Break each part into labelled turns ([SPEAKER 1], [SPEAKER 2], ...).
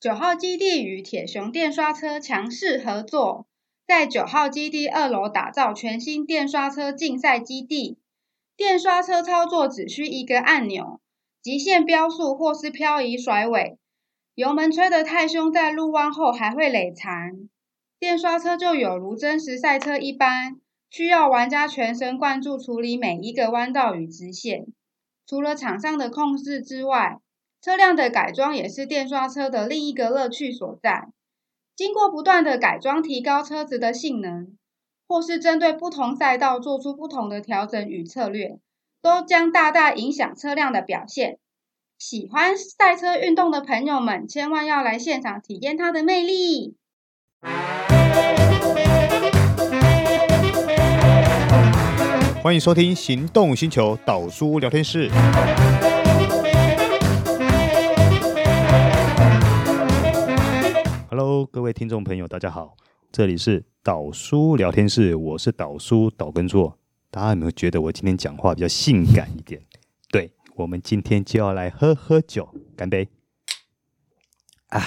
[SPEAKER 1] 九号基地与铁熊电刷车强势合作，在九号基地二楼打造全新电刷车竞赛基地。电刷车操作只需一个按钮，极限飙速或是漂移甩尾，油门吹得太凶，在入弯后还会累残。电刷车就有如真实赛车一般，需要玩家全神贯注处理每一个弯道与直线。除了场上的控制之外，车辆的改装也是电刷车的另一个乐趣所在。经过不断的改装，提高车子的性能，或是针对不同赛道做出不同的调整与策略，都将大大影响车辆的表现。喜欢赛车运动的朋友们，千万要来现场体验它的魅力。
[SPEAKER 2] 欢迎收听《行动星球》导叔聊天室。Hello，各位听众朋友，大家好，这里是导叔聊天室，我是导叔导根座。大家有没有觉得我今天讲话比较性感一点？对，我们今天就要来喝喝酒，干杯！啊，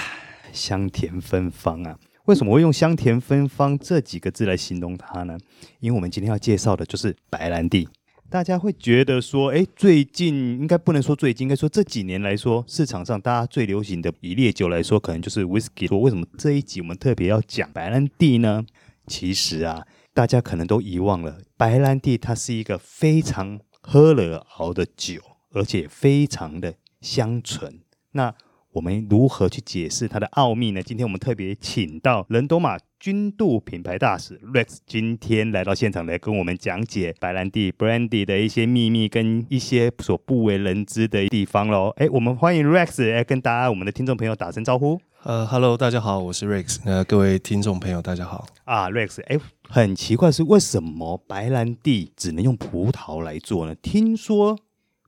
[SPEAKER 2] 香甜芬芳啊！为什么会用“香甜芬芳”这几个字来形容它呢？因为我们今天要介绍的就是白兰地。大家会觉得说，哎，最近应该不能说最近，应该说这几年来说，市场上大家最流行的以烈酒来说，可能就是 whisky。说为什么这一集我们特别要讲白兰地呢？其实啊，大家可能都遗忘了，白兰地它是一个非常喝了熬的酒，而且非常的香醇。那我们如何去解释它的奥秘呢？今天我们特别请到人斗马军度品牌大使 Rex，今天来到现场来跟我们讲解白兰地 Brandy 的一些秘密跟一些所不为人知的地方喽。哎，我们欢迎 Rex 来跟大家我们的听众朋友打声招呼
[SPEAKER 3] 呃，Hello，大家好，我是 Rex。呃，各位听众朋友，大家好。
[SPEAKER 2] 啊，Rex。哎，很奇怪是为什么白兰地只能用葡萄来做呢？听说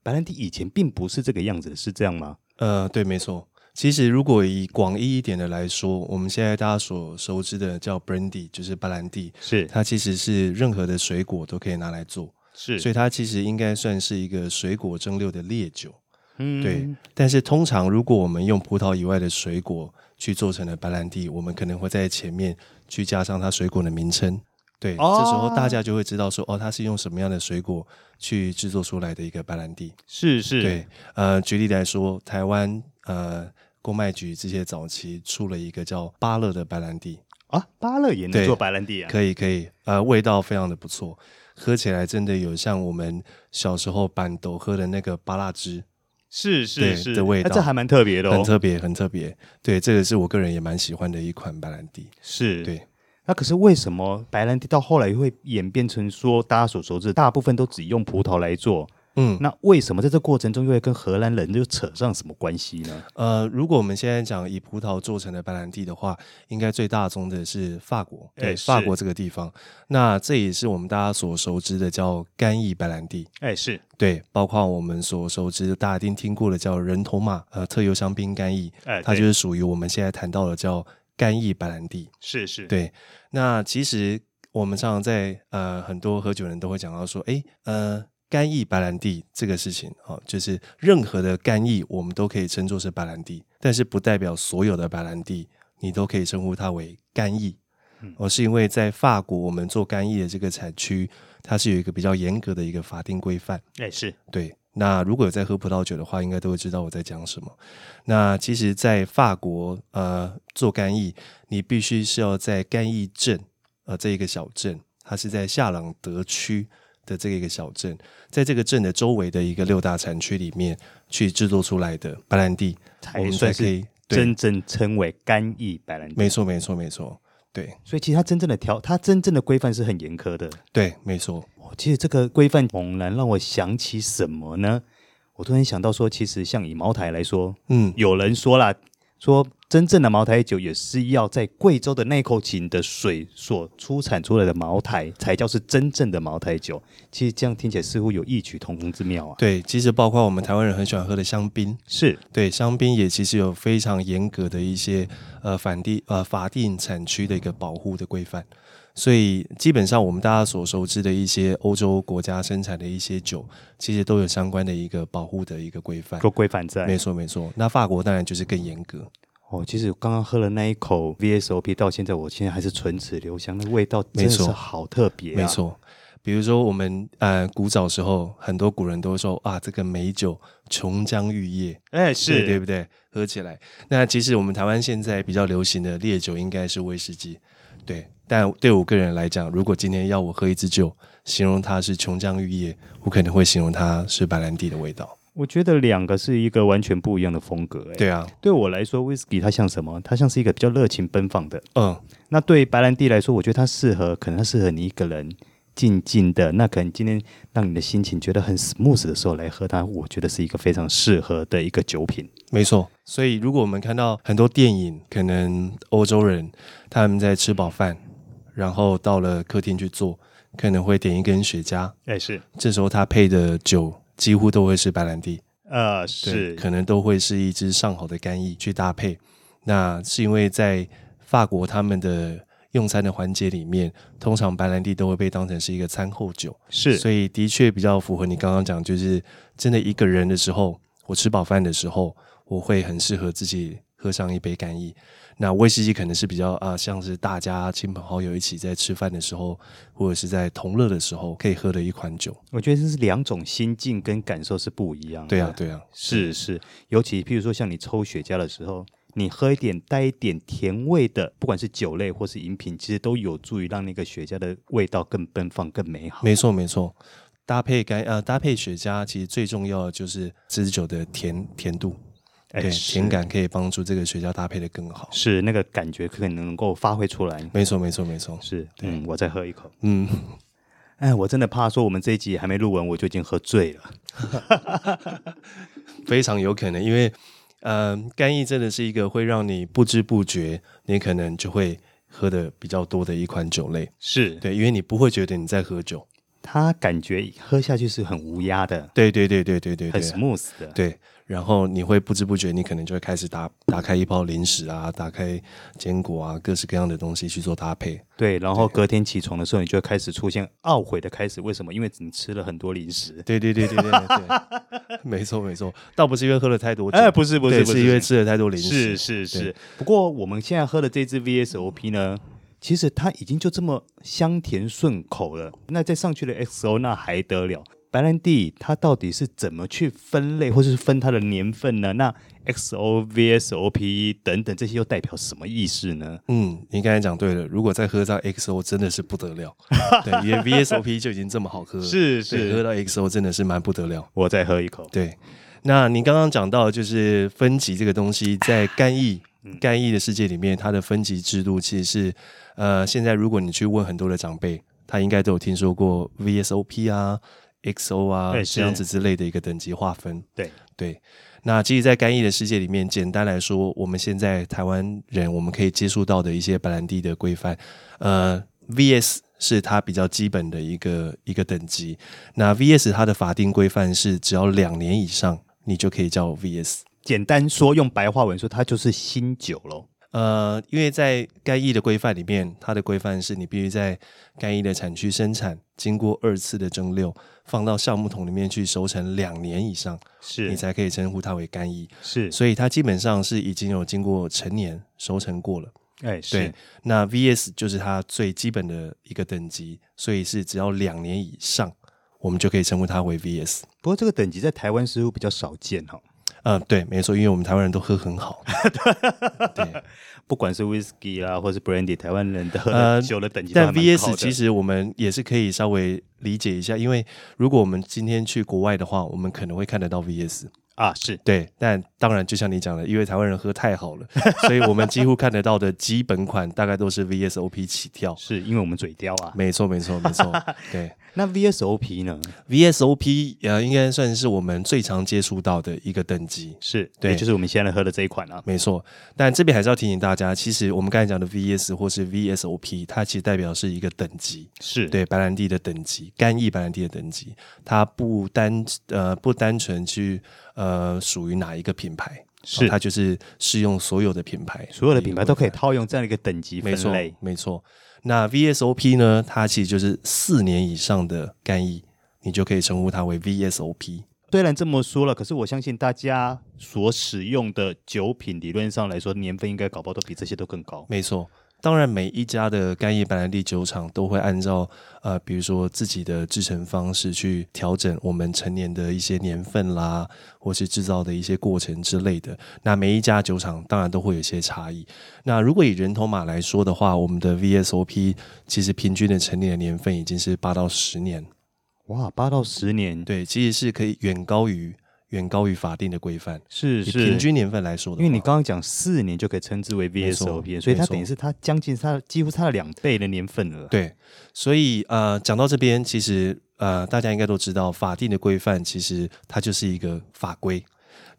[SPEAKER 2] 白兰地以前并不是这个样子的，是这样吗？
[SPEAKER 3] 呃，对，没错。其实，如果以广义一点的来说，我们现在大家所熟知的叫 brandy，就是白兰地，
[SPEAKER 2] 是
[SPEAKER 3] 它其实是任何的水果都可以拿来做，
[SPEAKER 2] 是
[SPEAKER 3] 所以它其实应该算是一个水果蒸馏的烈酒。
[SPEAKER 2] 嗯
[SPEAKER 3] 对，但是通常如果我们用葡萄以外的水果去做成的白兰地，我们可能会在前面去加上它水果的名称。对，
[SPEAKER 2] 哦
[SPEAKER 3] 这时候大家就会知道说，哦，它是用什么样的水果去制作出来的一个白兰地。
[SPEAKER 2] 是是，
[SPEAKER 3] 对，呃，举例来说，台湾呃公卖局这些早期出了一个叫芭乐的白兰地，
[SPEAKER 2] 啊，芭乐也能
[SPEAKER 3] 对
[SPEAKER 2] 做白兰地啊？
[SPEAKER 3] 可以可以，呃，味道非常的不错，喝起来真的有像我们小时候板豆喝的那个芭乐汁，
[SPEAKER 2] 是
[SPEAKER 3] 对
[SPEAKER 2] 是是
[SPEAKER 3] 的味
[SPEAKER 2] 那
[SPEAKER 3] 道
[SPEAKER 2] 这还蛮特别的哦。
[SPEAKER 3] 很特别很特别。对，这个是我个人也蛮喜欢的一款白兰地。
[SPEAKER 2] 是，
[SPEAKER 3] 对。
[SPEAKER 2] 那可是为什么白兰地到后来会演变成说大家所熟知，大部分都只用葡萄来做？
[SPEAKER 3] 嗯，
[SPEAKER 2] 那为什么在这过程中又会跟荷兰人又扯上什么关系呢？
[SPEAKER 3] 呃，如果我们现在讲以葡萄做成的白兰地的话，应该最大宗的是法国，
[SPEAKER 2] 哎
[SPEAKER 3] 对、
[SPEAKER 2] 是
[SPEAKER 3] 法国这个地方。那这也是我们大家所熟知的叫干邑白兰地，
[SPEAKER 2] 哎，是
[SPEAKER 3] 对，包括我们所熟知的，大家一定听过的叫人头马，呃，特油香槟干邑，
[SPEAKER 2] 哎
[SPEAKER 3] 它
[SPEAKER 2] 对
[SPEAKER 3] 就是属于我们现在谈到的叫干邑白兰地。
[SPEAKER 2] 是是，
[SPEAKER 3] 对，那其实我们常常在呃很多喝酒人都会讲到说，诶，呃，干邑白兰地这个事情，哦，就是任何的干邑我们都可以称作是白兰地，但是不代表所有的白兰地你都可以称呼它为干邑。
[SPEAKER 2] 嗯
[SPEAKER 3] 哦，是因为在法国，我们做干邑的这个产区，它是有一个比较严格的一个法定规范。
[SPEAKER 2] 哎是
[SPEAKER 3] 对，那如果有在喝葡萄酒的话，应该都会知道我在讲什么。那其实，在法国，呃，做干邑，你必须是要在干邑镇，呃，这一个小镇，它是在夏朗德区的这一个小镇，在这个镇的周围的一个六大产区里面去制作出来的白兰地，我
[SPEAKER 2] 才
[SPEAKER 3] 们
[SPEAKER 2] 哎算
[SPEAKER 3] 才可以
[SPEAKER 2] 是
[SPEAKER 3] 对
[SPEAKER 2] 真正称为干邑白兰地。
[SPEAKER 3] 没错，没错，没错，对，
[SPEAKER 2] 所以其实它真正的条，它真正的规范是很严苛的。
[SPEAKER 3] 对，没错，
[SPEAKER 2] 哦，其实这个规范猛然让我想起什么呢？我突然想到说，其实像以茅台来说，
[SPEAKER 3] 嗯，
[SPEAKER 2] 有人说啦，说真正的茅台酒也是要在贵州的那口井的水所出产出来的茅台，才叫是真正的茅台酒。其实这样听起来似乎有异曲同工之妙啊。
[SPEAKER 3] 对，其实包括我们台湾人很喜欢喝的香槟，
[SPEAKER 2] 是
[SPEAKER 3] 对，香槟也其实有非常严格的一些呃反地呃法定产区的一个保护的规范，所以基本上我们大家所熟知的一些欧洲国家生产的一些酒，其实都有相关的一个保护的一个规范。
[SPEAKER 2] 做规范在
[SPEAKER 3] 没错没错，那法国当然就是更严格。
[SPEAKER 2] 哦，其实我刚刚喝了那一口 VSOP，到现在我现在还是唇齿留香，那味道真的
[SPEAKER 3] 没
[SPEAKER 2] 是
[SPEAKER 3] 错
[SPEAKER 2] 好特别、啊，
[SPEAKER 3] 没，错，比如说我们呃古早时候，很多古人都会说啊，这个美酒琼浆玉液，
[SPEAKER 2] 哎
[SPEAKER 3] 对
[SPEAKER 2] 是，
[SPEAKER 3] 对不对？喝起来，那其实我们台湾现在比较流行的烈酒应该是威士忌，对。但对我个人来讲，如果今天要我喝一支酒，形容它是琼浆玉液，我可能会形容它是白兰地的味道。
[SPEAKER 2] 我觉得两个是一个完全不一样的风格、哎，
[SPEAKER 3] 对啊，
[SPEAKER 2] 对我来说，whisky 它像什么？它像是一个比较热情奔放的。
[SPEAKER 3] 嗯，
[SPEAKER 2] 那对白兰地来说，我觉得它适合，可能它适合你一个人静静的。那可能今天让你的心情觉得很 smooth 的时候来喝它，我觉得是一个非常适合的一个酒品。
[SPEAKER 3] 没错，所以如果我们看到很多电影，可能欧洲人他们在吃饱饭，然后到了客厅去坐，可能会点一根雪茄，
[SPEAKER 2] 哎，是，
[SPEAKER 3] 这时候他配的酒几乎都会是白兰地，
[SPEAKER 2] 呃，
[SPEAKER 3] 对，
[SPEAKER 2] 是，
[SPEAKER 3] 可能都会是一支上好的干邑去搭配。那是因为在法国他们的用餐的环节里面，通常白兰地都会被当成是一个餐后酒，
[SPEAKER 2] 是，
[SPEAKER 3] 所以的确比较符合你刚刚讲，就是真的一个人的时候，我吃饱饭的时候，我会很适合自己喝上一杯干邑。那威士忌可能是比较啊、像是大家亲朋好友一起在吃饭的时候，或者是在同乐的时候可以喝的一款酒。
[SPEAKER 2] 我觉得这是两种心境跟感受是不一样的。
[SPEAKER 3] 对啊，对啊，
[SPEAKER 2] 是是，尤其譬如说像你抽雪茄的时候，你喝一点带一点甜味的，不管是酒类或是饮品，其实都有助于让那个雪茄的味道更奔放、更美好。
[SPEAKER 3] 没错没错。搭配干呃搭配雪茄，其实最重要的就是这支酒的甜甜度，
[SPEAKER 2] 哎
[SPEAKER 3] 对
[SPEAKER 2] 是
[SPEAKER 3] 甜感可以帮助这个雪茄搭配的更好。
[SPEAKER 2] 是那个感觉可能能够发挥出来。
[SPEAKER 3] 没错没错没错，
[SPEAKER 2] 是，嗯，我再喝一口。
[SPEAKER 3] 嗯，
[SPEAKER 2] 哎，我真的怕说我们这一集还没录完，我就已经喝醉了。
[SPEAKER 3] 非常有可能，因为呃，干邑真的是一个会让你不知不觉，你可能就会喝的比较多的一款酒类。
[SPEAKER 2] 是，
[SPEAKER 3] 对，因为你不会觉得你在喝酒。
[SPEAKER 2] 它感觉喝下去是很无压的，
[SPEAKER 3] 对对对对对对
[SPEAKER 2] 很
[SPEAKER 3] 对
[SPEAKER 2] smooth 的。，
[SPEAKER 3] 对，然后你会不知不觉，你可能就会开始打打开一包零食啊，打开坚果啊，各式各样的东西去做搭配。
[SPEAKER 2] 对，然后隔天起床的时候，你就会开始出现懊悔的开始。为什么？因为你吃了很多零食。
[SPEAKER 3] 对对对对对 对，没错没错，倒不是因为喝了太多酒，
[SPEAKER 2] 哎，不是不
[SPEAKER 3] 对
[SPEAKER 2] 是，
[SPEAKER 3] 是
[SPEAKER 2] 不
[SPEAKER 3] 因为吃了太多零食，
[SPEAKER 2] 是是
[SPEAKER 3] 对
[SPEAKER 2] 是，不过我们现在喝的这支 VSOP 呢，其实它已经就这么香甜顺口了。那再上去的 XO 那还得了？白兰地它到底是怎么去分类，或是分它的年份呢？那 XO、VSOP 等等这些又代表什么意思呢？
[SPEAKER 3] 嗯，你刚才讲对了，如果再喝上 XO 真的是不 得了，对，因为 VSOP 就已经这么好喝了，
[SPEAKER 2] 是
[SPEAKER 3] 对
[SPEAKER 2] 是
[SPEAKER 3] 喝到 XO 真的是蛮不得了。
[SPEAKER 2] 我再喝一口。
[SPEAKER 3] 对，那您刚刚讲到就是分级这个东西，在干邑干邑的世界里面，它的分级制度其实是呃，现在如果你去问很多的长辈，他应该都有听说过 VSOP 啊、XO 啊
[SPEAKER 2] 对是
[SPEAKER 3] 这样子之类的一个等级划分。
[SPEAKER 2] 对，
[SPEAKER 3] 对，那其实，在干邑的世界里面，简单来说，我们现在台湾人我们可以接触到的一些白兰地的规范，呃，VS 是它比较基本的一个一个等级。那 VS 它的法定规范是，只要两年以上，你就可以叫 VS。
[SPEAKER 2] 简单说，用白话文说，它就是新酒喽。
[SPEAKER 3] 呃，因为在该役的规范里面，它的规范是你必须在该役的产区生产，经过二次的蒸馏，放到橡木桶里面去熟成两年以上，你
[SPEAKER 2] 是
[SPEAKER 3] 才可以称呼它为干役。
[SPEAKER 2] 是，
[SPEAKER 3] 所以它基本上是已经有经过成年熟成过了。
[SPEAKER 2] 哎
[SPEAKER 3] 对
[SPEAKER 2] 是，
[SPEAKER 3] 那 VS 就是它最基本的一个等级，所以是只要两年以上，我们就可以称呼它为 VS。
[SPEAKER 2] 不过这个等级在台湾似乎比较少见哈、哦。
[SPEAKER 3] 嗯、对，没错，因为我们台湾人都喝很 好。对，
[SPEAKER 2] 不管是 whisky 啊啦，或是 brandy，台湾人的喝
[SPEAKER 3] 呃
[SPEAKER 2] 的酒的等级都还蛮
[SPEAKER 3] 但
[SPEAKER 2] 高的、
[SPEAKER 3] VS 其实我们也是可以稍微理解一下，因为如果我们今天去国外的话，我们可能会看得到 VS。
[SPEAKER 2] 啊是
[SPEAKER 3] 对，但当然就像你讲的，因为台湾人喝太好了，所以我们几乎看得到的基本款大概都是 VSOP 起跳。
[SPEAKER 2] 是因为我们嘴刁啊。
[SPEAKER 3] 没错，没错，没错。对
[SPEAKER 2] 那 VSOP 呢？
[SPEAKER 3] ，VSOP 呃，应该算是我们最常接触到的一个等级。
[SPEAKER 2] 是
[SPEAKER 3] 对
[SPEAKER 2] 也就是我们现在喝的这一款啊。
[SPEAKER 3] 没错，但这边还是要提醒大家，其实我们刚才讲的 VS 或是 VSOP，它其实代表是一个等级，
[SPEAKER 2] 是，
[SPEAKER 3] 对白兰地的等级，干邑白兰地的等级，它不单呃不单纯去呃属于哪一个品牌，哦
[SPEAKER 2] 是
[SPEAKER 3] 它就是适用所有的品牌，
[SPEAKER 2] 所有的品牌都可以套用这样的一个等级
[SPEAKER 3] 没
[SPEAKER 2] 分
[SPEAKER 3] 错
[SPEAKER 2] 类。，
[SPEAKER 3] 没错。那 VSOP 呢？它其实就是四年以上的干邑，你就可以称呼它为 VSOP。
[SPEAKER 2] 虽然这么说了，可是我相信大家所使用的酒品，理论上来说，年份应该搞不好都比这些都更高。
[SPEAKER 3] 没错，当然每一家的干邑白兰地酒厂都会按照呃，比如说自己的制成方式去调整我们陈年的一些年份啦，或是制造的一些过程之类的。那每一家酒厂当然都会有一些差异。那如果以人头马来说的话，我们的 VSOP 其实平均的陈年的年份已经是八到十年，
[SPEAKER 2] 哇，八到十年，，
[SPEAKER 3] 对，其实是可以远高于远高于法定的规范。
[SPEAKER 2] 是
[SPEAKER 3] 以
[SPEAKER 2] 是
[SPEAKER 3] 平均年份来说的
[SPEAKER 2] 因
[SPEAKER 3] 话，
[SPEAKER 2] 为你刚刚讲四年就可以称之为
[SPEAKER 3] 错
[SPEAKER 2] VSOP，所以它
[SPEAKER 3] 啊没错
[SPEAKER 2] 等于是它将近它几乎差了两倍的年份了。，
[SPEAKER 3] 对，所以呃，讲到这边，其实呃，大家应该都知道，法定的规范其实它就是一个法规，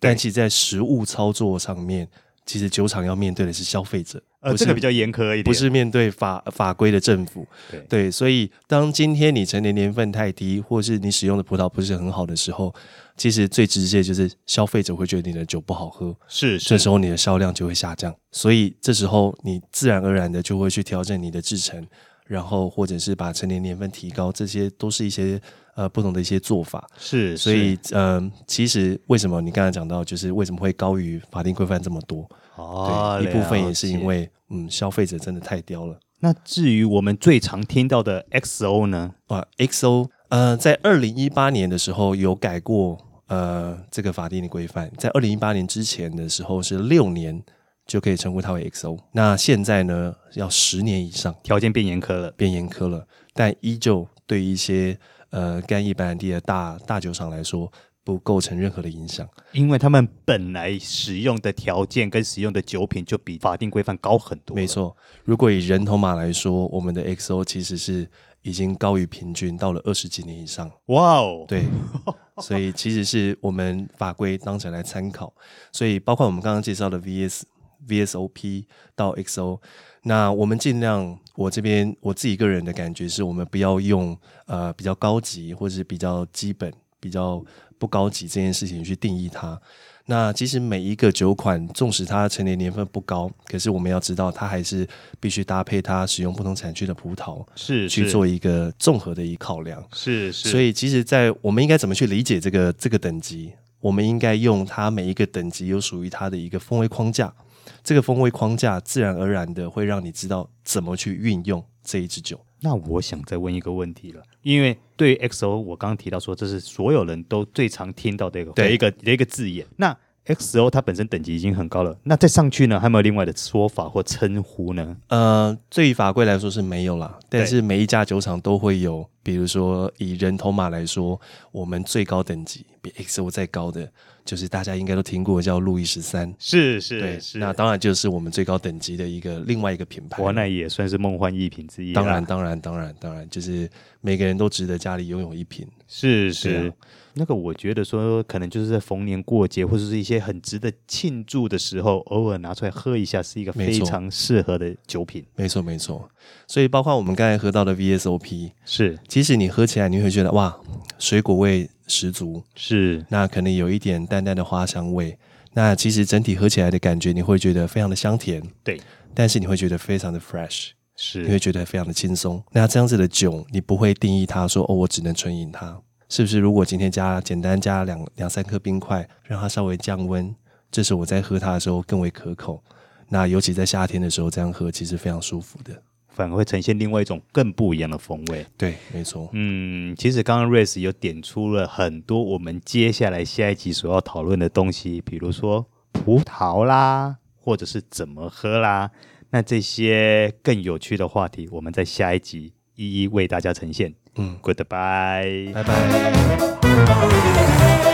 [SPEAKER 3] 但其实在实务操作上面，其实酒厂要面对的是消费者，
[SPEAKER 2] 呃，
[SPEAKER 3] 不是
[SPEAKER 2] 这个比较严苛一点，
[SPEAKER 3] 不是面对法法规的政府。
[SPEAKER 2] 对
[SPEAKER 3] 对，所以当今天你成年年份太低，或是你使用的葡萄不是很好的时候，其实最直接就是消费者会觉得你的酒不好喝，
[SPEAKER 2] 是
[SPEAKER 3] 这
[SPEAKER 2] 是
[SPEAKER 3] 时候你的销量就会下降，所以这时候你自然而然的就会去调整你的制程，然后或者是把成年年份提高，这些都是一些呃不同的一些做法。
[SPEAKER 2] 是，
[SPEAKER 3] 所以，嗯、其实为什么你刚才讲到，就是为什么会高于法定规范这么多？
[SPEAKER 2] 哦，
[SPEAKER 3] 对，一部分也
[SPEAKER 2] 了
[SPEAKER 3] 是
[SPEAKER 2] 解
[SPEAKER 3] 因为，嗯，消费者真的太刁了。
[SPEAKER 2] 那至于我们最常听到的 XO 呢？
[SPEAKER 3] 啊，XO，呃，在二零一八年的时候有改过呃这个法定的规范，在二零一八年之前的时候是六年就可以称呼它为 XO，那现在呢要十年以上
[SPEAKER 2] 条件变严苛了。
[SPEAKER 3] 变严苛了，但依旧对一些呃干邑白兰地的大大酒厂来说不构成任何的影响。
[SPEAKER 2] 因为他们本来使用的条件跟使用的酒品就比法定规范高很多。
[SPEAKER 3] 没，错，如果以人头马来说，我们的 XO 其实是已经高于平均，到了二十几年以上。
[SPEAKER 2] 哇哦，，
[SPEAKER 3] 对，所以其实是我们法规当成来参考，所以包括我们刚刚介绍的 VS、VSOP 到 XO，那我们尽量，我这边我自己个人的感觉是我们不要用呃比较高级或是比较基本、比较不高级这件事情去定义它。那其实每一个酒款，纵使它陈年年份不高，可是我们要知道，它还是必须搭配它使用不同产区的葡萄
[SPEAKER 2] 是
[SPEAKER 3] 去
[SPEAKER 2] 是
[SPEAKER 3] 做一个综合的一考量。
[SPEAKER 2] 是是，
[SPEAKER 3] 所以其实，在我们应该怎么去理解这个这个等级？我们应该用它每一个等级有属于它的一个风味框架，这个风味框架自然而然的会让你知道怎么去运用这一支酒。
[SPEAKER 2] 那我想再问一个问题了，因为对于 XO，我刚刚提到说这是所有人都最常听到的一个
[SPEAKER 3] 对
[SPEAKER 2] 的一个的一个字眼。那 XO 它本身等级已经很高了，那再上去呢，还有没有另外的说法或称呼呢？
[SPEAKER 3] 呃，对于法规来说是没有啦，但
[SPEAKER 2] 对
[SPEAKER 3] 是每一家酒厂都会有，比如说以人头马来说，我们最高等级比 XO 再高的，就是大家应该都听过叫路易十三。
[SPEAKER 2] 是
[SPEAKER 3] 对
[SPEAKER 2] 是，是，
[SPEAKER 3] 那当然就是我们最高等级的一个另外一个品牌。
[SPEAKER 2] 哇，那也算是梦幻一品之一啦。
[SPEAKER 3] 当然，当然，当然，当然，就是每个人都值得家里拥有一瓶。
[SPEAKER 2] 是
[SPEAKER 3] 对
[SPEAKER 2] 是
[SPEAKER 3] 啊，
[SPEAKER 2] 那个我觉得说，可能就是在逢年过节或者是一些很值得庆祝的时候，偶尔拿出来喝一下，是一个
[SPEAKER 3] 没
[SPEAKER 2] 非
[SPEAKER 3] 错
[SPEAKER 2] 常适合的酒品。
[SPEAKER 3] 没错，没错。所以包括我们刚才喝到的 VSOP，
[SPEAKER 2] 是
[SPEAKER 3] 其实你喝起来你会觉得哇，水果味十足，
[SPEAKER 2] 是
[SPEAKER 3] 那可能有一点淡淡的花香味。那其实整体喝起来的感觉，你会觉得非常的香甜，
[SPEAKER 2] 对
[SPEAKER 3] 但是你会觉得非常的 fresh，你会
[SPEAKER 2] 是
[SPEAKER 3] 觉得非常的轻松。那这样子的酒，你不会定义它说哦，我只能纯饮它，是不是？如果今天加简单加两两三颗冰块，让它稍微降温，这时候我在喝它的时候更为可口。那尤其在夏天的时候，这样喝其实非常舒服的。
[SPEAKER 2] 反而会呈现另外一种更不一样的风味。
[SPEAKER 3] 对，没错，
[SPEAKER 2] 嗯，其实刚刚 Race 有点出了很多我们接下来下一集所要讨论的东西，比如说葡萄啦，或者是怎么喝啦，那这些更有趣的话题，我们在下一集一一为大家呈现。
[SPEAKER 3] 嗯，
[SPEAKER 2] Goodbye。
[SPEAKER 3] 拜拜。
[SPEAKER 4] 「